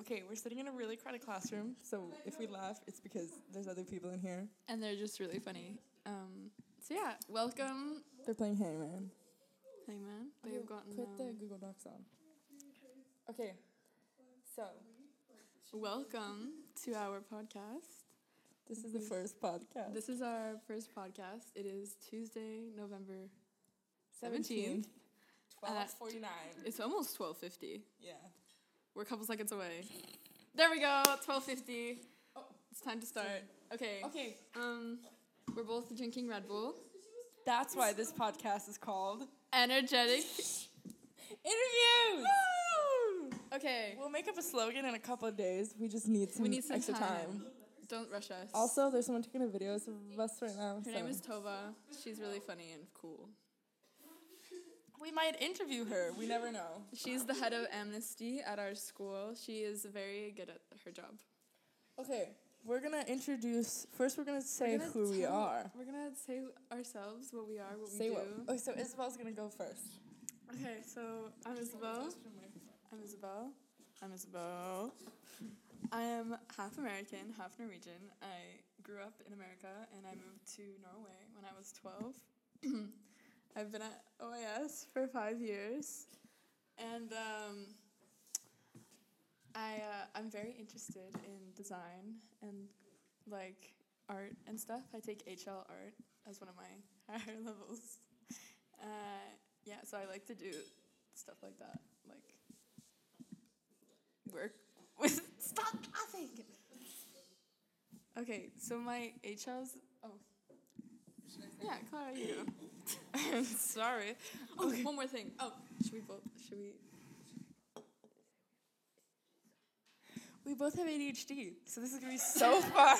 Okay, we're sitting in a really crowded classroom, so if we laugh, it's because there's other people in here. and they're just really funny. Um, so yeah, welcome, They're playing Hangman. Hangman. They've gotten Put the um, Google Docs on. Okay, so welcome to our podcast. this is the first podcast. This is our first podcast. It is Tuesday, November seventeenth. Twelve forty nine. It's almost twelve fifty. Yeah. We're a couple seconds away. There we go. Twelve fifty. Oh. It's time to start. Okay. Okay, Um, we're both drinking Red Bull. that's why this podcast is called Energetic. Interviews. Okay. We'll make up a slogan in a couple of days. We just need some, We need some extra time. time. Don't rush us. Also, there's someone taking a video of us right now. Her name is Tova. She's really funny and cool. We might interview her. We never know. She's the head of amnesty at our school. She is very good at her job. Okay, we're gonna introduce. First, we're gonna say We're gonna who we tell- are. We're gonna say ourselves what we are, what Say we what? do. Oh, so Isabel's gonna go first. Okay, so I'm Isabel. I'm Isabel. I'm Isabel. I am half American, half Norwegian. I grew up in America and I moved to Norway when I was 12. I've been at OAS for five years and um, I, uh, I'm very interested in design and like art and stuff. I take HL art as one of my higher levels. Uh, yeah, so I like to do stuff like that, like work with. Stop laughing. Okay, so my HLs. Oh. Yeah, Clara, you. I'm sorry. Oh, one more thing. Oh, should we both? Should we? We both have ADHD, so this is gonna be so fun.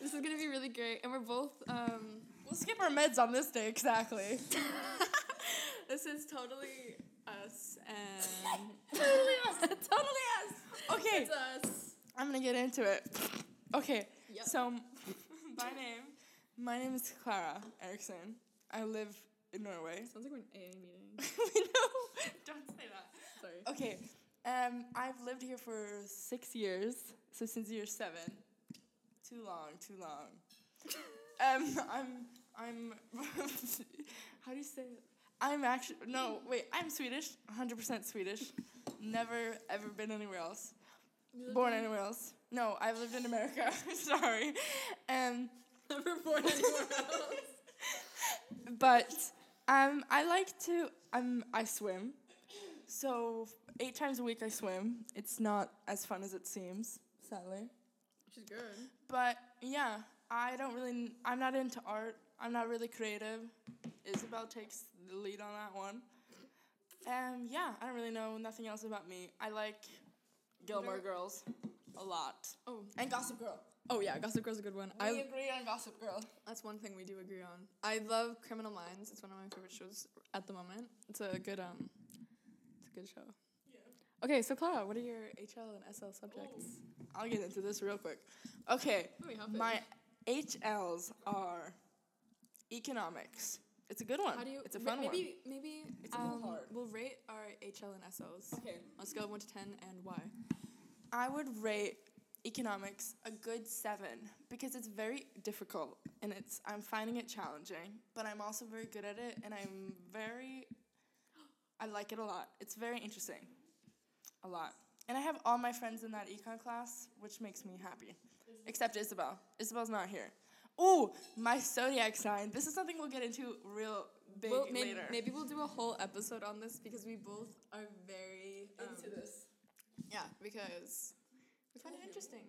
This is gonna be really great, and we're both. Um, we'll skip our meds on this day exactly. this is totally us, and totally us. totally us. Okay, It's us. I'm gonna get into it. Okay, Yep. so my name, my name is Clara Erickson. I live in Norway. Sounds like we're in AA meeting. we know. Don't say that. Sorry. Okay. Um, I've lived here for six years, so since year seven. Too long, too long. um, I'm, I'm, how do you say it? I'm actually, no, wait, I'm Swedish, 100% Swedish. Never, ever been anywhere else. Born anywhere else. No, I've lived in America, sorry. Um, Never born anywhere else. but um, I like to. Um, I swim, so eight times a week I swim. It's not as fun as it seems, sadly. Which is good. But yeah, I don't really. I'm not into art. I'm not really creative. Isabel takes the lead on that one. Um, yeah, I don't really know nothing else about me. I like Gilmore What are- Girls a lot Oh, and Gossip Girl. oh yeah, Gossip Girl's a good one. We I agree on Gossip Girl. that's one thing we do agree on. I love Criminal Minds. It's one of my favorite shows at the moment. It's a good um, it's a good show. Okay, so Clara, what are your HL and SL subjects? I'll get into this real quick. Okay. Let me hop in. My HLs are economics. It's a good one. How do you? it's a fun maybe, one. Maybe maybe It's a little um, hard. we'll rate our HL and SLs one. Okay. on a scale of one to ten and why. I would rate economics a good seven because it's very difficult and it's I'm finding it challenging, but I'm also very good at it and I'm very I like it a lot. It's very interesting. A lot. And I have all my friends in that econ class, which makes me happy. Except Isabel. Isabel's not here. Ooh, my zodiac sign. This is something we'll get into real big Well, may- later. maybe we'll do a whole episode on this because we both are very um, this. Yeah, because we find it interesting.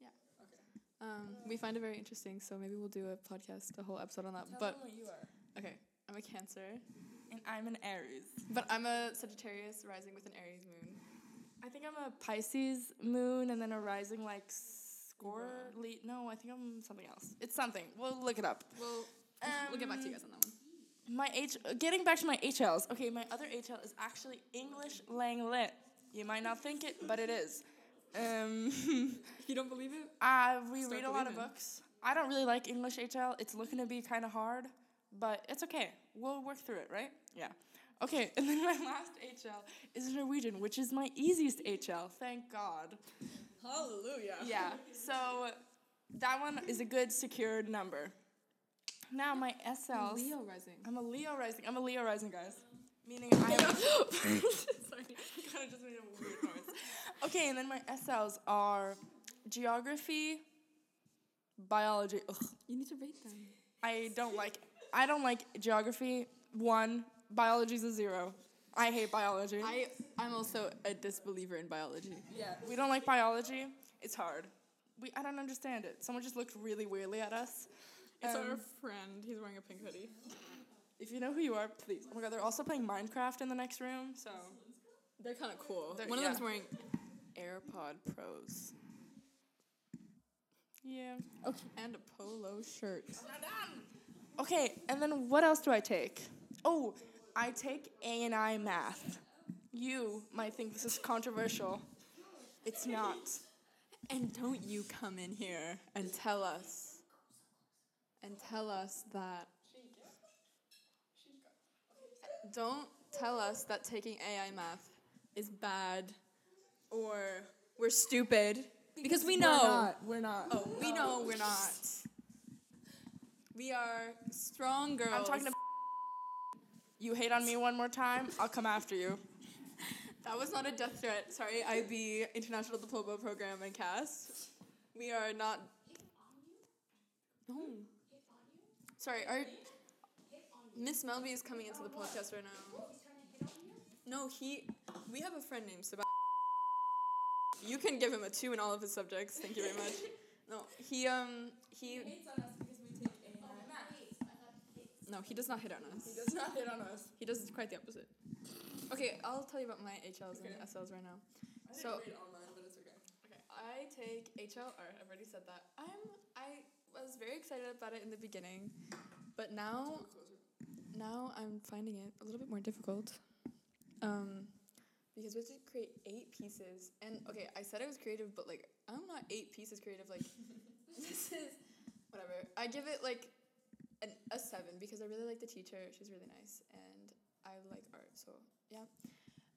Yeah. Okay. Um, we find it very interesting, so maybe we'll do a podcast, a whole episode on that. Tell but them what you are. okay, I'm a Cancer, And I'm an Aries. but I'm a Sagittarius rising with an Aries moon. I think I'm a Pisces moon and then a rising like score. Libra. Le- no, I think I'm something else. It's something. We'll look it up. Well, we'll get back to you guys on that one. My H. Getting back to my HLs. Okay, my other HL is actually English Lang Lit. You might not think it, but it is. Um, If you don't believe it, uh, we Start read a lot of believing. books. I don't really like English HL. It's looking to be kind of hard, but it's okay. We'll work through it, right? Yeah. Okay, and then my last HL is Norwegian, which is my easiest HL. Thank God. Hallelujah. Yeah. So that one is a good secured number. Now my SLs. Leo rising. I'm a Leo rising. I'm a Leo rising, guys. Meaning I am. Sorry, I kind of just made a weird noise. Okay, and then my SLs are geography, biology. Ugh, You need to rate them. I don't like. I don't like geography. One, biology's a zero. I hate biology. I I'm also a disbeliever in biology. yeah. We don't like biology. It's hard. We I don't understand it. Someone just looked really weirdly at us. It's Um, our friend. He's wearing a pink hoodie. If you know who you are, please. Oh my god, they're also playing Minecraft in the next room, so They're kind of cool. They're- One of yeah. them's wearing AirPod Pros. yeah. Okay. And a polo shirt. Okay, and then what else do I take? Oh, I take A and I math. You might think this is controversial. It's not. And don't you come in here and tell us and tell us that don't tell us that taking AI math is bad or we're stupid because, we know We're not. Oh, we know we're not. We are strong girls. I'm talking to. You hate on me one more time, I'll come after you. That was not a death threat. Sorry, IB International Diploma Program and CAS. We are not. No. Sorry, our Miss Melby is coming into the podcast right now. No, he. We have a friend named Sebastian. You can give him a two in all of his subjects. Thank you very much. No, he um he. No, he does not hit on us. He does not hate on us. He does quite the opposite. Okay, I'll tell you about my HLs Okay. and SLs right now. So online, but it's okay. okay, I take HL art. I've already said that. I'm I was very excited about it in the beginning, but now now I'm finding it a little bit more difficult. Um, because we have to create eight pieces, and okay, I said I was creative, but like I'm not eight pieces creative. Like this is whatever. I give it like an, a seven because I really like the teacher. She's really nice, and I like art. So yeah,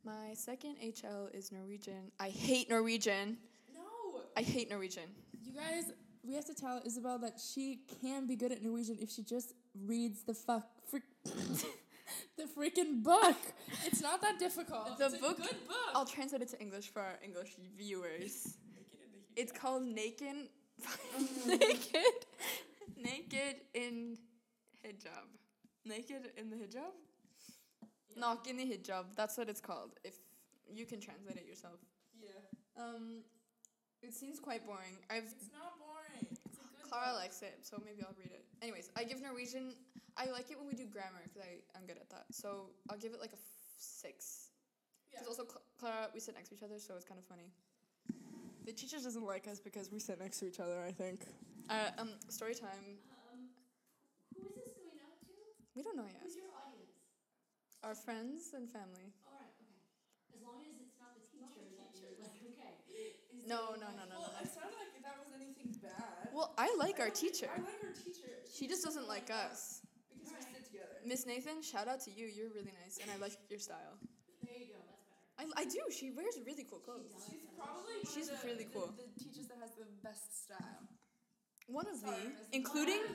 my second HL is Norwegian. I hate Norwegian. No! I hate Norwegian. You guys, we have to tell Isabel that she can be good at Norwegian if she just reads the fuck frick the freaking book. It's not that difficult. The It's a book- Oh. good book. I'll translate it to English for our English viewers. It's called Naked. naked. Mm. Naked in hijab. Naked in the hijab? Knock in the hijab. That's what it's called. If you can translate it yourself. yeah. Um, it seems quite boring. I've It's not boring. It's a good Clara book. likes it, so maybe I'll read it. Anyways, I give Norwegian. I like it when we do grammar because I'm good at that. So I'll give it like a f- six. Yeah. Because also Cl- Clara, we sit next to each other, so it's kind of funny. The teacher doesn't like us because we sit next to each other, I think. Uh, um, story time. Um, who is this going out to? We don't know yet. Who's your audience? Our friends and family. All right, okay. As long as it's not the teacher, that you're like, okay. Is No, there- no, no, no, no. no. sounded like that was anything bad. Well, I like our teacher. like our teacher. She just doesn't like us. Because we sit together. Miss Nathan, shout out to you. You're really nice, and I like your style. There you go. That's better. I, I do. She wears really cool clothes. She's probably one She's of the, really cool. The, the teachers that has the best style. One of the, Sorry, Miss- including.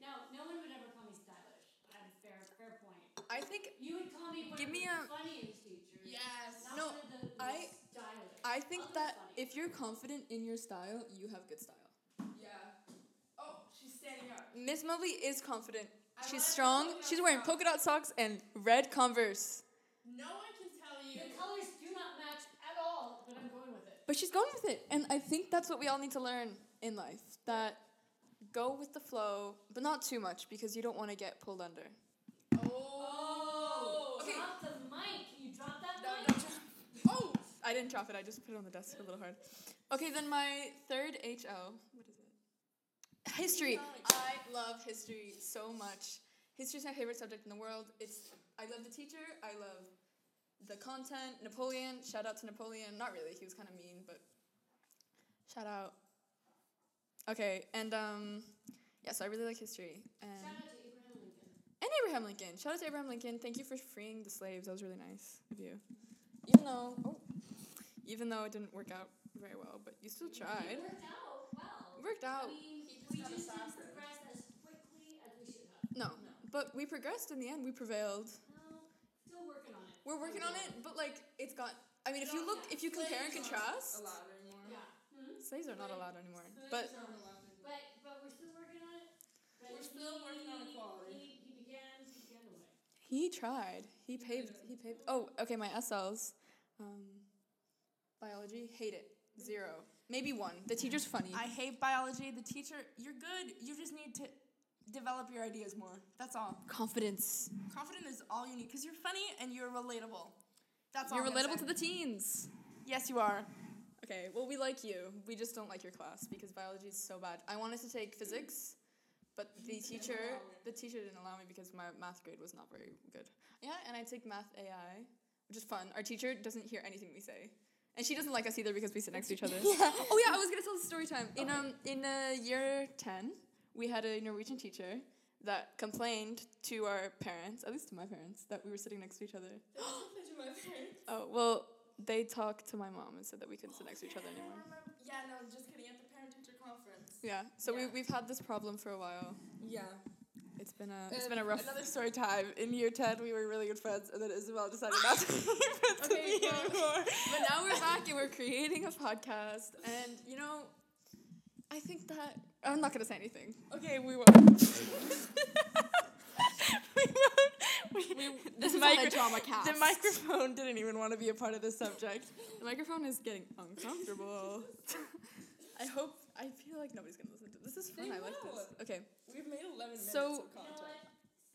No, no one would ever call me stylish. At a fair, fair point. I think You would call me one Give of me the a- funniest teachers. Yes. Not No, one of the most I- stylish. I think Other that funny. if you're confident in your style, you have good style. Yeah. Oh, she's standing up. Miss Mobley is confident. I She's like strong. polka dot She's wearing socks. polka dot socks and red Converse. No one can tell the colors do not match at all, but I'm going with it. But she's going with it. And I think that's what we all need to learn in life that go with the flow, but not too much because you don't want to get pulled under. Oh. Okay. Drop the mic. Can you drop that No, mic? don't drop- Oh! I didn't drop it. I just put it on the desk a little hard. Okay, then my third HO. What is it? History. I love history so much. History is my favorite subject in the world. It's I love the teacher. I love the content. Napoleon. Shout out to Napoleon. Not really. He was kind of mean, but shout out. Okay, and um, yes, I really like history. And Shout out to Abraham Lincoln. and Abraham Lincoln. Shout out to Abraham Lincoln. Thank you for freeing the slaves. That was really nice of you. Even though, oh, even though it didn't work out very well, but you still tried. It worked out well. It worked I Oh. out. mean, we just didn't progress as quickly as we should have. No, No. but we progressed in the end. We prevailed. No, still working on it. We're working on it, but like it's got. I mean, if you look, if you compare and contrast, allowed anymore. Yeah. Hmm? slaves are not allowed anymore. But But but we're still working on it. But We're still working on he- equality. He, he began. He began the way. He tried. He paved. He paved. Oh, okay. My SLs, um, biology, hate it. Zero. Maybe one. The teacher's funny. I hate biology. The teacher, you're good. You just need to develop your ideas more. That's all. Confidence. Confident is all you need because you're funny and you're relatable. That's all. You're I'm gonna relatable say. to the teens. Yes, you are. Okay. Well, we like you. We just don't like your class because biology is so bad. I wanted to take physics, but the teacher, the teacher didn't allow me because my math grade was not very good. Yeah, and I take math AI, which is fun. Our teacher doesn't hear anything we say. And she doesn't like us either because we sit next to each other. Oh yeah, I was gonna tell the story time. In um in uh, year ten, we had a Norwegian teacher that complained to our parents, at least to my parents, that we were sitting next to each other. Oh well, they talked to my mom and said that we couldn't sit next to each other anymore. Yeah, no, just kidding. At the parent teacher conference. Yeah, so Yeah. we we've had this problem for a while. Yeah. It's been a It's it's been a rough. Another story time. In year 10, we were really good friends, and then Isabel decided not to be friends Okay, with me well- anymore. But now we're back and we're creating a podcast, and you know, I think that I'm not gonna say anything. Okay, we won't. we won't. We, this this is micro- micro- drama The cast. microphone didn't even want to be a part of this subject. The microphone is getting uncomfortable. I hope. I feel like nobody's gonna listen to this. This is fun. They I like this. will. Okay. We've made 11 minutes So- of You know content. what?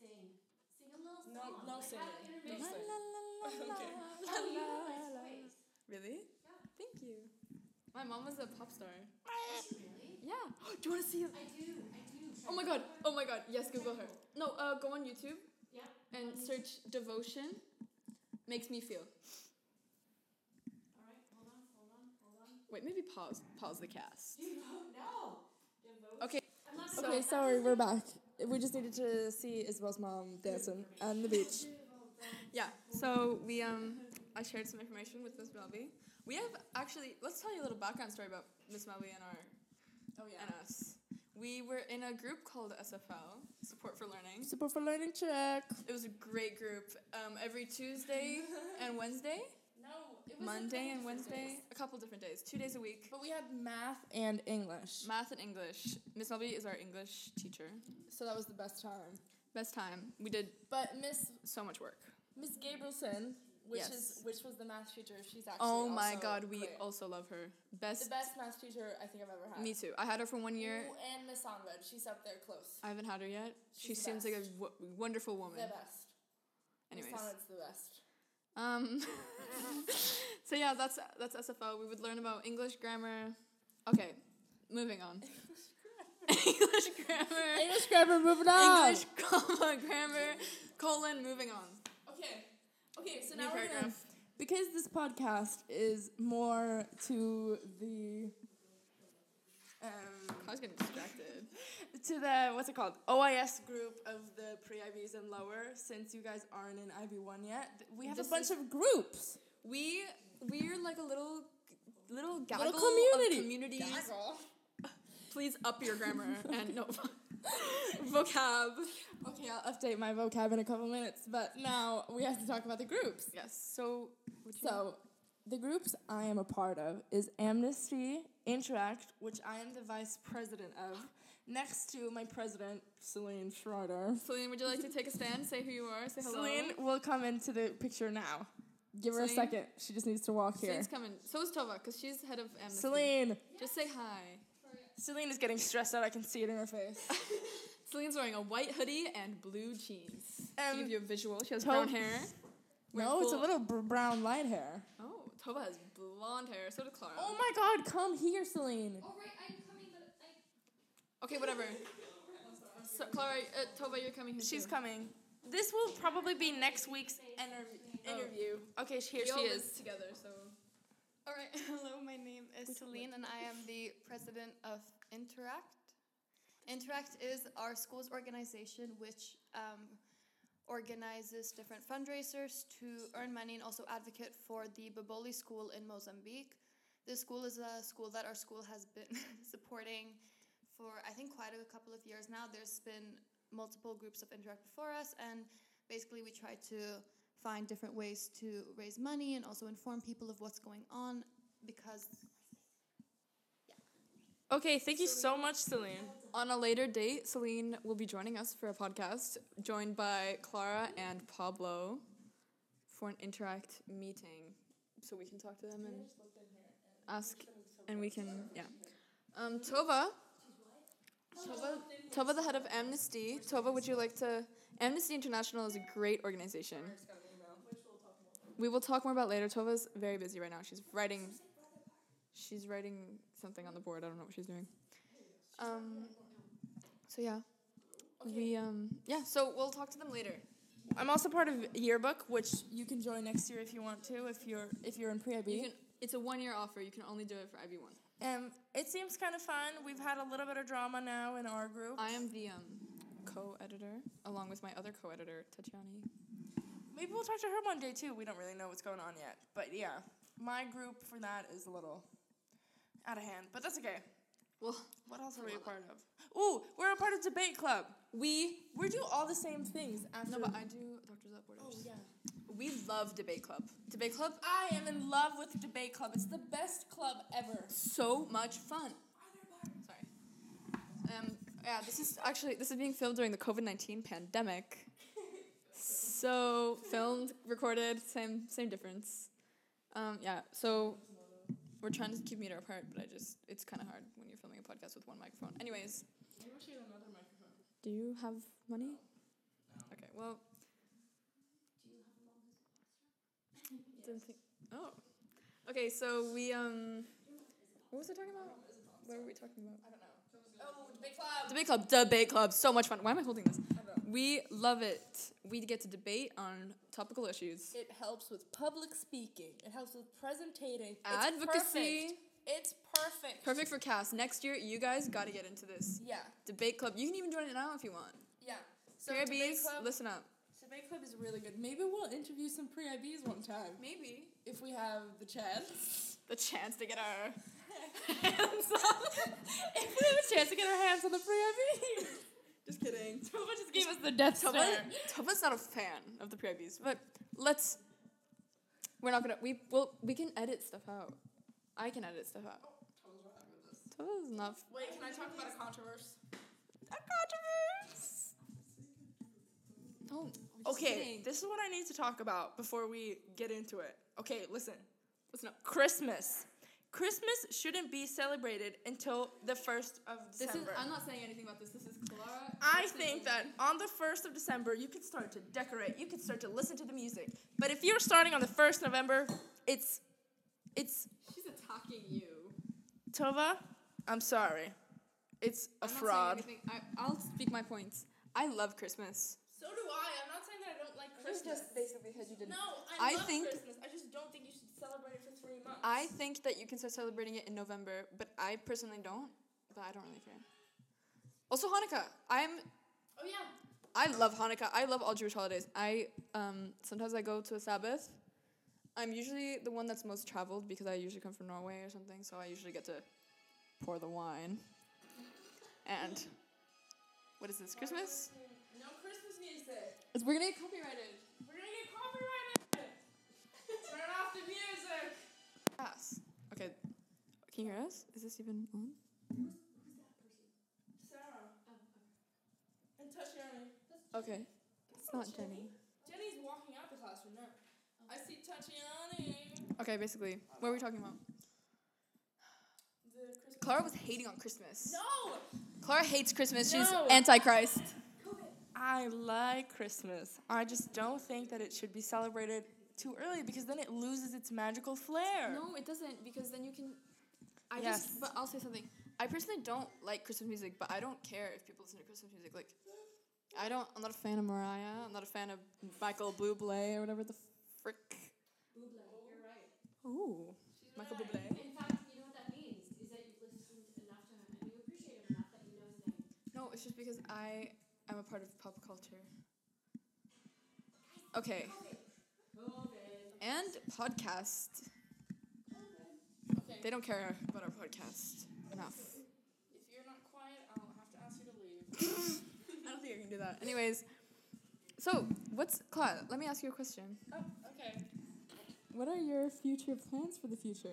Sing. Sing a little song. No- no Like, singing. have No intermission. singing. Okay. Oh, you have nice voice. Really? Yeah. Thank you. My mom was a pop star. Is she really? Yeah. do you want to see? I do. I do. Oh my god. Oh my god. Yes, Google her. No, uh, go on YouTube Yeah. and search devotion. Makes me feel. All right. Hold on. Hold on. Hold on. Wait, maybe pause. Pause the cast. Devote. No. Devote. Okay. I'm not So- gonna- Okay, sorry, we're back. We just needed to see Isabel's mom dancing on the beach. Yeah. So we um I shared some information with Miss Melby. We have actually let's tell you a little background story about Miss Melby and our Oh, and us. We were in a group called SFL Support for Learning. Support for learning check. It was a great group. Um, every Tuesday and Wednesday, No, it was Monday and Wednesday, a couple different days, two days a week. But we had math and English. Math and English. Miss Melby is our English teacher. So that was the best time. Best time. We did But Miss so much work. Miss Gabrielson, which Yes. is which was the math teacher, she's actually oh my also God, we great. also love her. the Best. best math teacher I think I've ever had. Me too. I had her for one year. Ooh, and Miss Onred, she's up there close. I haven't had her yet. She She's the seems like a w- wonderful woman. The best. Anyways, Miss Onred's the best. um, so yeah, that's that's SFL. We would learn about English grammar. Okay, moving on. English grammar. English grammar, moving English comma grammar colon. Moving on. Okay. Okay, so New now we're gonna, paragraph. because this podcast is more to the um, I was getting distracted. to the what's it called OIS group of the pre IVs and lower. Since you guys aren't in IB one yet, th- we have This a bunch of groups. We we're like a little little gaggle Little community. community. of communities. Please up your grammar and no vocab. Okay, I'll update my vocab in a couple minutes, but now we have to talk about the groups. Yes. So. would you- So, the groups I am a part of is Amnesty Interact, which I am the vice president of, next to my president, Celine Schroeder. Celine, would you like to take a stand? Say who you are. Say hello. Celine will come into the picture now. Give her a Celine? second. She just needs to walk here. Celine's coming. So is Tova, because she's head of Amnesty. Celine. Just say hi. Celine is getting stressed out. I can see it in her face. Celine's wearing a white hoodie and blue jeans. to Um, give you a visual, she has Tov- brown hair. Wearing no, it's a full- little br- brown light hair. Oh, Tova has blonde hair. So does Clara. Oh my God! Come here, Celine. All right. I'm coming, but I. okay, whatever. So, Clara, uh, Tova, you're coming. Here She's too. coming. This will probably be next week's interv- Oh. interview. Okay, sh- here We all she live is. together. So All right, hello, my name is Celine and I am the president of Interact. Interact is our school's organization which um, organizes different fundraisers to earn money and also advocate for the Baboli School in Mozambique. This school is a school that our school has been supporting for I think quite a couple of years now. There's been multiple groups of Interact before us, and basically we try to find different ways to raise money and also inform people of what's going on because Okay, thank you so much, Celine. On a later date, Celine will be joining us for a podcast, joined by Clara and Pablo for an interact meeting. So we can talk to them and ask, and we can, yeah. Um, Tova, Tova, Tova, the head of Amnesty. Tova, would you like to? Amnesty International is a great organization. We will talk more about later. Tova's very busy right now. She's writing. She's writing something on the board. I don't know what she's doing. Um, so yeah, we um yeah. So we'll talk to them later. I'm also part of yearbook, which you can join next year if you want to, if you're if you're in pre You IB. can. It's a one year offer. You can only do it for IB one. Um, it seems kind of fun. We've had a little bit of drama now in our group. I am the um co editor along with my other co editor Tatiani. Maybe we'll talk to her one day too. We don't really know what's going on yet, but yeah, my group for that is a little out of hand, but that's okay. Well, What else are we a part of? Ooh, we're a part of debate club. we We do all the same things after. Oh, no, but I do Doctors Without Borders. yeah. Oh, We love debate club. Debate club I am in love with debate club. It's the best club ever. so much fun. Sorry. Um, yeah, this is actually this is being filmed during the COVID nineteen pandemic. So filmed, recorded, same same difference. Um, yeah, so we're trying to keep meter apart, but I just it's kind of hard when you're filming a podcast with one microphone. Anyways, do you have money? Okay, well, didn't think. Oh, okay. So we um, what was I talking about? What were we talking about? Oh, debate club. Debate club, debate club, so much fun. Why am I holding this? We love it. We get to debate on topical issues. It helps with public speaking. It helps with presentating. Advocacy. It's perfect. It's perfect. Perfect for cast. Next year, you guys got to get into this Yeah. debate club. You can even join it now if you want. Yeah. So So debate club, listen up. debate club is really good. Maybe we'll interview some pre-IBs one time Maybe if we have the chance. the chance to get our hands on. if we have a chance to get our hands on the pre-IBs. just kidding. Tova just gave us the death Tova, Tova's not a fan of the pre-IBs, but let's. We're not gonna. We will. We can edit stuff out. I can edit stuff out. Tova's not. f- Wait, can I talk about a controversy? A controversy. Oh. we're just Okay, kidding. this is what I need to talk about before we get into it. Okay, listen. Listen up. Christmas. Christmas shouldn't be celebrated until the 1st of This is. December. I'm not saying anything about this. This is Clara. I This is- think that on the 1st of December, you could start to decorate, you could start to listen to the music. But if you're starting on the 1st November, it's. It's. she's attacking you. Tova, I'm sorry. It's a I'm not saying fraud. anything. I, I'll speak my points. I love Christmas. So do I. I'm not saying that I don't like basically because you didn't. No, I love think- Christmas. I just don't think you should celebrate it for three months. I think that you can start celebrating it in November, but I personally don't. But I don't really care. Also Hanukkah. I'm. Oh yeah. I love Hanukkah. I love all Jewish holidays. I um sometimes I go to a Sabbath. I'm usually the one that's most traveled because I usually come from Norway or something, so I usually get to pour the wine. And what is this? Christmas? No Christmas music. It's- We're gonna get copyrighted. We're gonna get copyrighted. Turn off the music. Yes. Okay. Can you hear us? Is this even on? Sarah. And touch Jenny. Okay. It's not Jenny. Jenny's walking out the classroom now. I see Tatiani. Okay, basically. What were we talking about? The Christmas. Clara was hating on Christmas. No. Clara hates Christmas. She's No. antichrist. I like Christmas. I just don't think that it should be celebrated too early because then it loses its magical flair. No, it doesn't because then you can. I Yes. just. But I'll say something. I personally don't like Christmas music, but I don't care if people listen to Christmas music. Like, I don't. I'm not a fan of Mariah. I'm not a fan of Michael Bublé or whatever the frick. Buble, you're right. Ooh, Michael Bublé. In fact, you know what that means is that you've listened enough to him and you appreciate him enough that you know his name. No, it's just because I am a part of pop culture. Okay. And podcast. Okay. They don't care about our podcast enough. If you're not quiet, I'll have to ask you to leave. I don't think I can do that. Anyways, so what's Claude? Let me ask you a question. Oh, okay. What are your future plans for the future?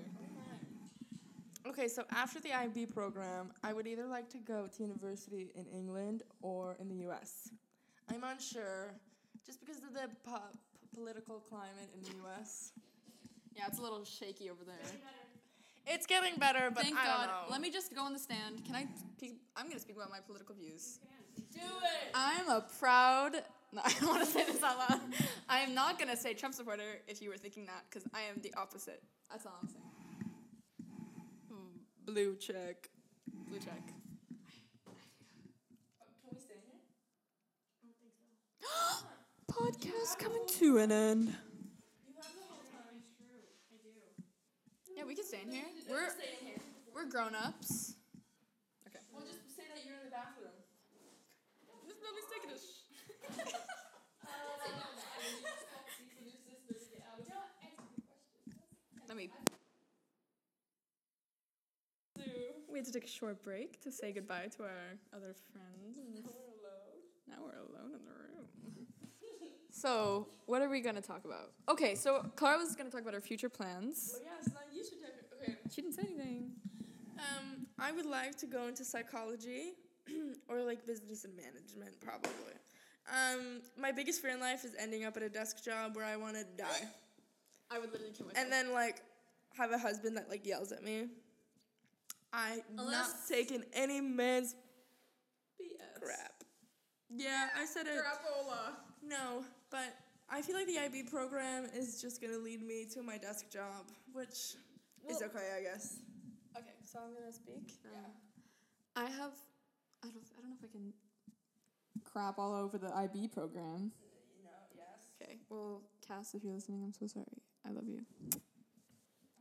Okay, so after the IB program, I would either like to go to university in England or in the US. I'm unsure, just because of the po- p- political climate in the US. Yeah, it's a little shaky over there. It's getting better, but Thank I God. don't know. Let me just go on the stand. Can I? pe- I'm gonna speak about my political views. do it. I'm a proud. No, I don't want to say this out loud. I am not gonna say Trump supporter if you were thinking that, because I am the opposite. That's all I'm saying. Blue check. Blue check. Can we stay here? Podcast coming to an end. Yeah, we can stay in here. We're Stay in here. we're grown ups. Well, just say that you're in the bathroom. This baby's taking a sh- Let me. We had to take a short break to say goodbye to our other friends. Now we're alone in the room. so, what are we going to talk about? Okay, so Clara was going to talk about her future plans. Well, yeah, so then you should take it. Okay. She didn't say anything. Um, I would like to go into psychology or like business and management, probably. Um, my biggest fear in life is ending up at a desk job where I want to die, I would literally kill myself. and then like have a husband that like yells at me. I not Unless- taking any man's crap. Yeah, I said it. Crapola. No, but I feel like the IB program is just gonna lead me to my desk job, which is Well- okay, I guess. Okay. So I'm gonna speak. Yeah. I have. I don't. I don't know if I can. Crap all over the IB program. No, Oh, yes. Okay. Well, Cass, if you're listening, I'm so sorry. I love you.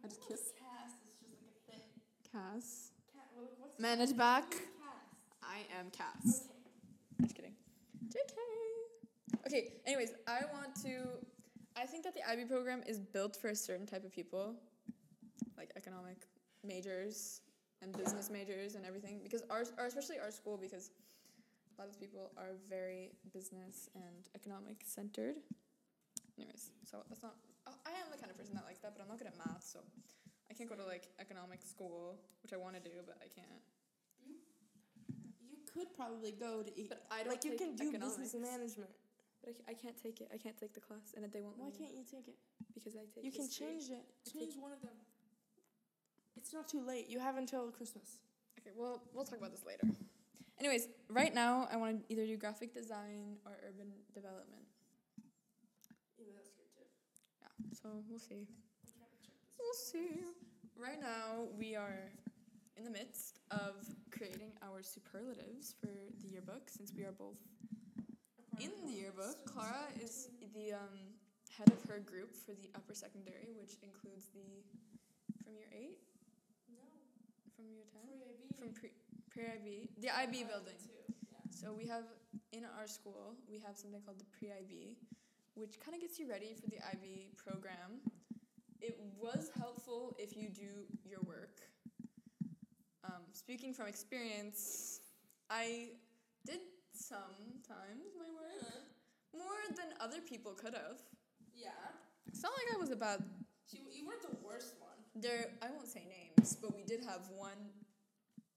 I just kissed Cast is just like a thing. Cass. Cat, well, look, what's Manage back. cast? I am Cass. Just kidding. JK. Okay. Anyways, I want to. I think that the IB program is built for a certain type of people, like economic majors and business majors and everything. Because our, or especially our school, because a lot of people are very business and economic centered. Anyways, so that's not. Oh, I am the kind of person that likes that, but I'm not good at math, so I can't go to like economic school, which I want to do, but I can't. You could probably go to eat. But I don't like you take can do business economics. and management. But I, c- I can't take it. I can't take the class, and they won't. Why let me can't you take it? Because I take. You can history. change it. I Change one of them. It's not too late. You have until Christmas. Okay, well, we'll talk about this later. Anyways, right now I want to either do graphic design or urban development. Yeah, that's good too. Yeah, so we'll see. We'll see. Right now we are in the midst of creating our superlatives for the yearbook since we are both in the yearbook. Clara is the um, head of her group for the upper secondary, which includes the from year eight, No, from year ten. pre-IB. from pre IB, the IB building. Too. Yeah. So we have in our school we have something called the pre IB, which kind of gets you ready for the IB program. It was helpful if you do your work. Um, speaking from experience, I did sometimes my work more than other people could have. Yeah. It's not like I was a bad She, you weren't the worst one. there I won't say names, but we did have one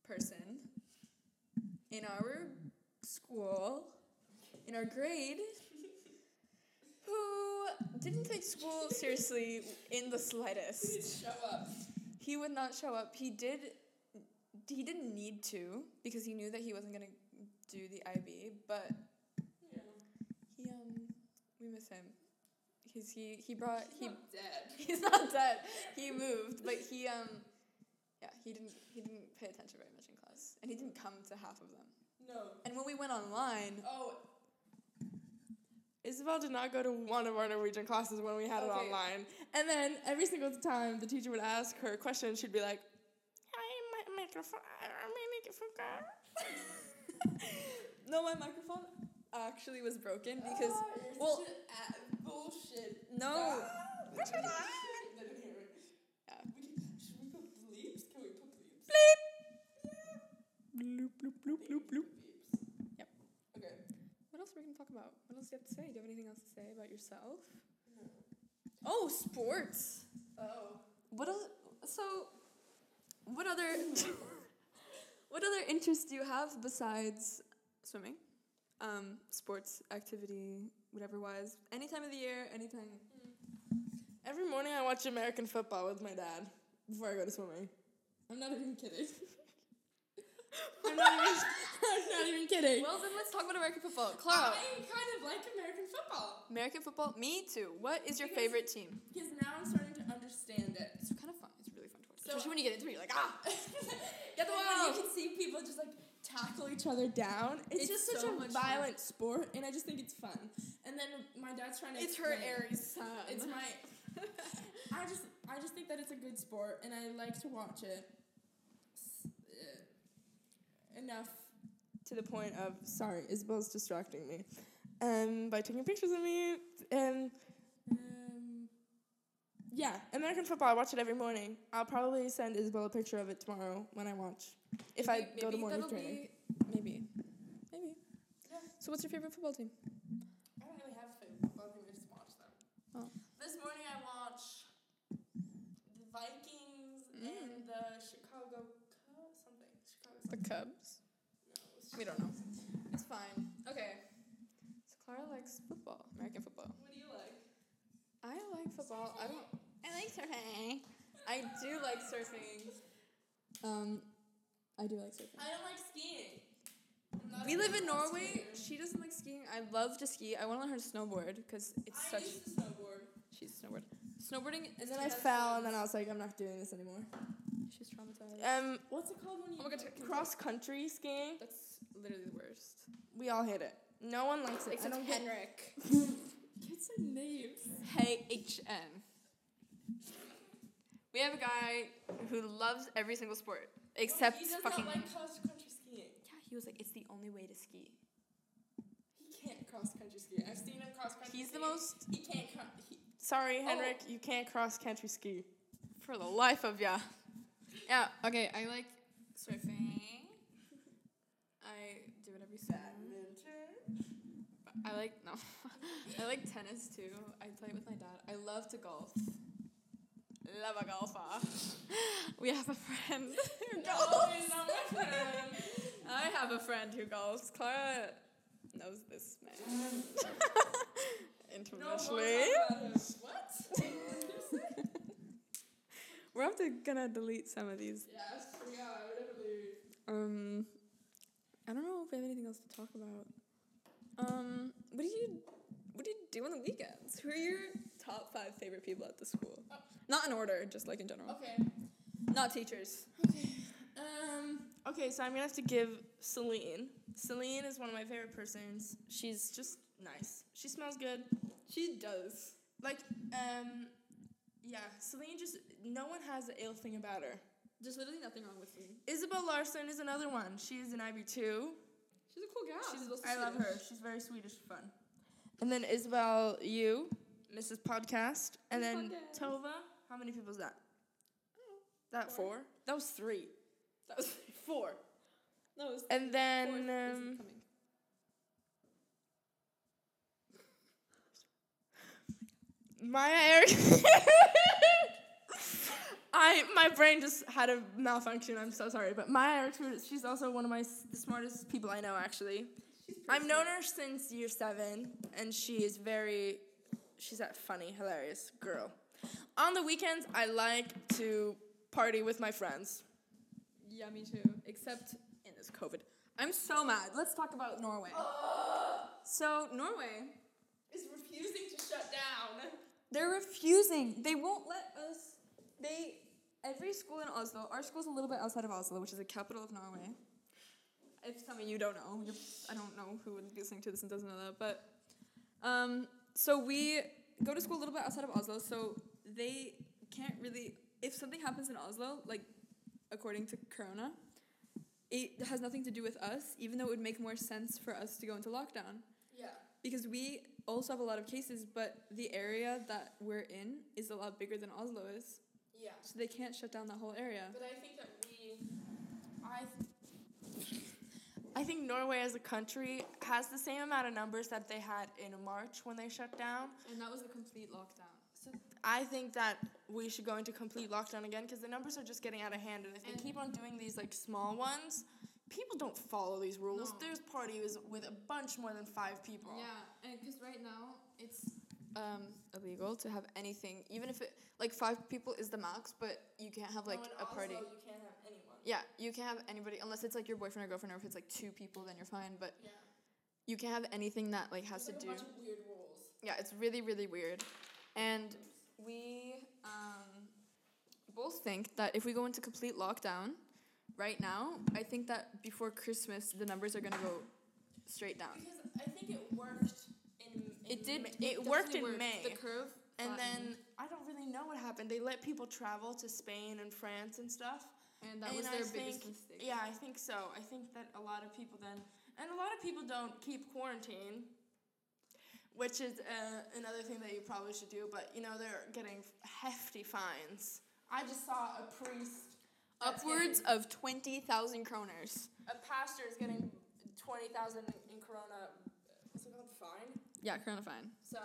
person in our school, in our grade, who didn't take school seriously in the slightest. Show up. He would not show up. He did he didn't need to because he knew that he wasn't gonna do the IB, but Yeah. he um we miss him. Cause he, he brought he dead. He's not dead. He moved, but he um, yeah, he didn't he didn't pay attention very much in class, and he didn't come to half of them. No. And when we went online, Oh. Isabel did not go to one of our Norwegian classes when we had it Okay. online. And then every single time the teacher would ask her a question, she'd be like, I might make a fo- I might make a phone Oh, no, my microphone actually was broken because well, Bullshit. No. They didn't hear it. Yeah. We can, should we put bleeps? Can we put bleeps? Bloop, bloop, bloop, bloop, bloop. Bleeps. Yep. Okay. What else are we going to talk about? What else do you have to say? Do you have anything else to say about yourself? Oh, sports. Oh. What else? So, what other what other interests do you have besides swimming, um, sports activity, whatever wise? Any time of the year, anytime. Every morning I watch American football with my dad before I go to swimming. I'm not even kidding. I'm not even, I'm not even kidding. Well, then let's talk about American football. Clara, I kind of like American football American football. Me too. What is your Because- favorite team? because now I'm starting to understand it. It's kind of fun. It's really fun to watch, So- especially when you get into it. You're like, ah, Get the You ball. can see people just like tackle each other down. It's, It's just such so a much fun. violent sport, and I just think it's fun. And then my dad's trying to. explain- Aries son. It's my. I just I just think that it's a good sport, and I like to watch it. S- uh, Enough to the point of sorry, Isabel's distracting me, um, by taking pictures of me, and um, yeah, American football. I watch it every morning. I'll probably send Isabel a picture of it tomorrow when I watch, if I Maybe- go to maybe morning that'll training. be- maybe. Maybe. So, what's your favorite football team? I don't really have a favorite football team. I just watch them. Oh. This morning I watch the Vikings and the Chicago Cubs. Something. Chicago. The Cubs. No, We don't know. It's fine. Okay. So, Clara likes football, American football. What do you like? I like football. I don't. I like surfing. I do like surfing. Um, I do like surfing. I don't like skiing. I'm not We a live big in Norway. skier. She doesn't like skiing. I love to ski. I want to learn how to snowboard because it's I such. used to snowboard. She's snowboard. Snowboarding is. And then I fell, and then I was like, I'm not doing this anymore. She's traumatized. Um, what's it called when you Oh my God, can- cross country skiing? That's literally the worst. We all hate it. No one likes it. I Except don't get Henrik. kids are names. Hey, HN. We have a guy who loves every single sport except he does fucking. not like cross country skiing. yeah, he was like, it's the only way to ski. He can't cross country ski. I've seen him cross country. He's the ski. most He can't. Cro- he, Oh. Sorry, Henrik, you can't cross country ski. for the life of ya. Yeah. Okay. I like surfing. I do whatever you say. I like no. I like tennis too. I play with my dad. I love to golf. Love a golfer. we have a friend who golfs. I have a friend who golfs. Clara knows this man intimately. What? We're have to gonna delete some of these. yes, we are. Literally. Um, I don't know if we have anything else to talk about. Um, what do you what do you do on the weekends? Who are your top five favorite people at the school? Not in order, just like in general. Okay. Not teachers. Um. Okay, so I'm gonna have to give Celine. Celine is one of my favorite persons. She's just nice. She smells good. She does. Like, um, yeah. Celine just no one has an ill thing about her. There's literally nothing wrong with me. Isabel Larson is another one. She is an IB two. She's a cool gal. She's- She's supposed to I love her. She's very Swedish fun. And then Isabel, you, Mrs. Podcast, and then Podcast. Tova. How many people is that? That four? That was three. That was Four. no. It was And then fourth isn't um, coming. Maya Eric. I my brain just had a malfunction. I'm so sorry, but Maya Erickson, she's also one of my s- the smartest people I know. Actually, I've known her since year seven, and she is very, she's that funny, hilarious girl. On the weekends, I like to party with my friends. Yeah, me too. Except in this COVID. I'm so mad. Let's talk about Norway. so Norway. Is refusing to shut down. They're refusing. They won't let us. They every school in Oslo. Our school's a little bit outside of Oslo, which is the capital of Norway. If some of you don't know, you're, I don't know who would be listening to this and doesn't know that, but um, so we go to school a little bit outside of Oslo, so they can't really. If something happens in Oslo, like according to Corona, it has nothing to do with us, even though it would make more sense for us to go into lockdown. Yeah. because we also have a lot of cases, but the area that we're in is a lot bigger than Oslo is, Yeah. so they can't shut down that whole area. But I think that we, I, I think Norway as a country has the same amount of numbers that they had in March when they shut down. And that was a complete lockdown. So I think that we should go into complete lockdown again because the numbers are just getting out of hand, and if they keep on doing these like small ones, people don't follow these rules. No. There's parties with a bunch more than five people. Yeah, and because right now it's um, illegal to have anything, even if it like five people is the max, but you can't have like a party. you can't have anyone. Yeah, you can't have anybody unless it's like your boyfriend or girlfriend, or if it's like two people, then you're fine. But you can't have anything that like has to do. weird rules. yeah, it's really really weird, and we um, both think that if we go into complete lockdown right now, I think that before Christmas the numbers are gonna go straight down. Because I think it worked in. It in did. Ma- It, worked definitely in May. The curve. and flattened. then I don't really know what happened. They let people travel to Spain and France and stuff. and that and was I their biggest think- mistake. Yeah, I think so. I think that a lot of people then, and a lot of people don't keep quarantine, which is uh, another thing that you probably should do. But you know they're getting hefty fines. I just saw a priest, that's Upwards of twenty thousand kroners. getting- a pastor is getting twenty thousand in Corona. What's it called? Fine. Yeah, corona fine. So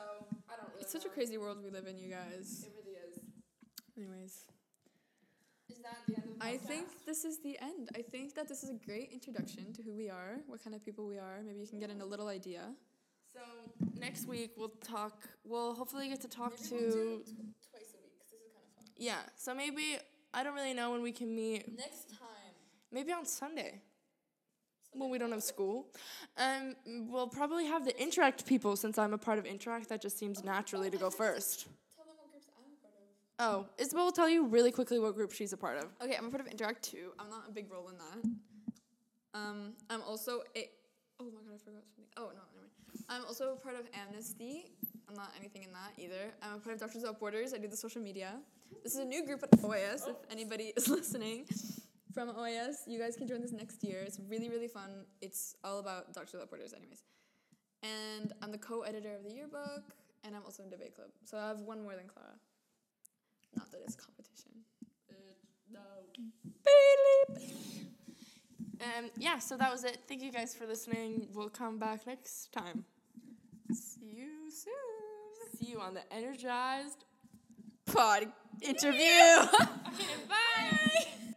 I don't really. It's such a know. crazy world we live in, you guys. It really is. Anyways. Is that the end of the I podcast? think this is the end. I think that this is a great introduction to who we are, what kind of people we are. Maybe you can get in a little idea. So next week we'll talk. We'll hopefully get to talk to. Twice a week, this is kind of fun. yeah. So maybe I don't really know when we can meet. Next time. Maybe on Sunday. When we don't have school, um, we'll probably have the interact people since I'm a part of interact. That just seems naturally to go first. Tell them what groups I'm a part of. Oh, Isabel will tell you really quickly what group she's a part of. Okay, I'm a part of Interact too. I'm not a big role in that. Um, I'm also a. Oh my god, I forgot something. Oh no, never mind. I'm also a part of Amnesty. I'm not anything in that either. I'm a part of Doctors Without Borders. I do the social media. This is a new group at OAS. If anybody is listening from OAS, you guys can join this next year. It's really really fun. It's all about Doctors Without Borders, anyways. And I'm the co-editor of the yearbook, and I'm also in debate club. So I have one more than Clara. Not that it's competition. Um, yeah, so that was it. Thank you guys for listening. We'll come back next time. See you soon. See you on the Energized Pod interview. Bye.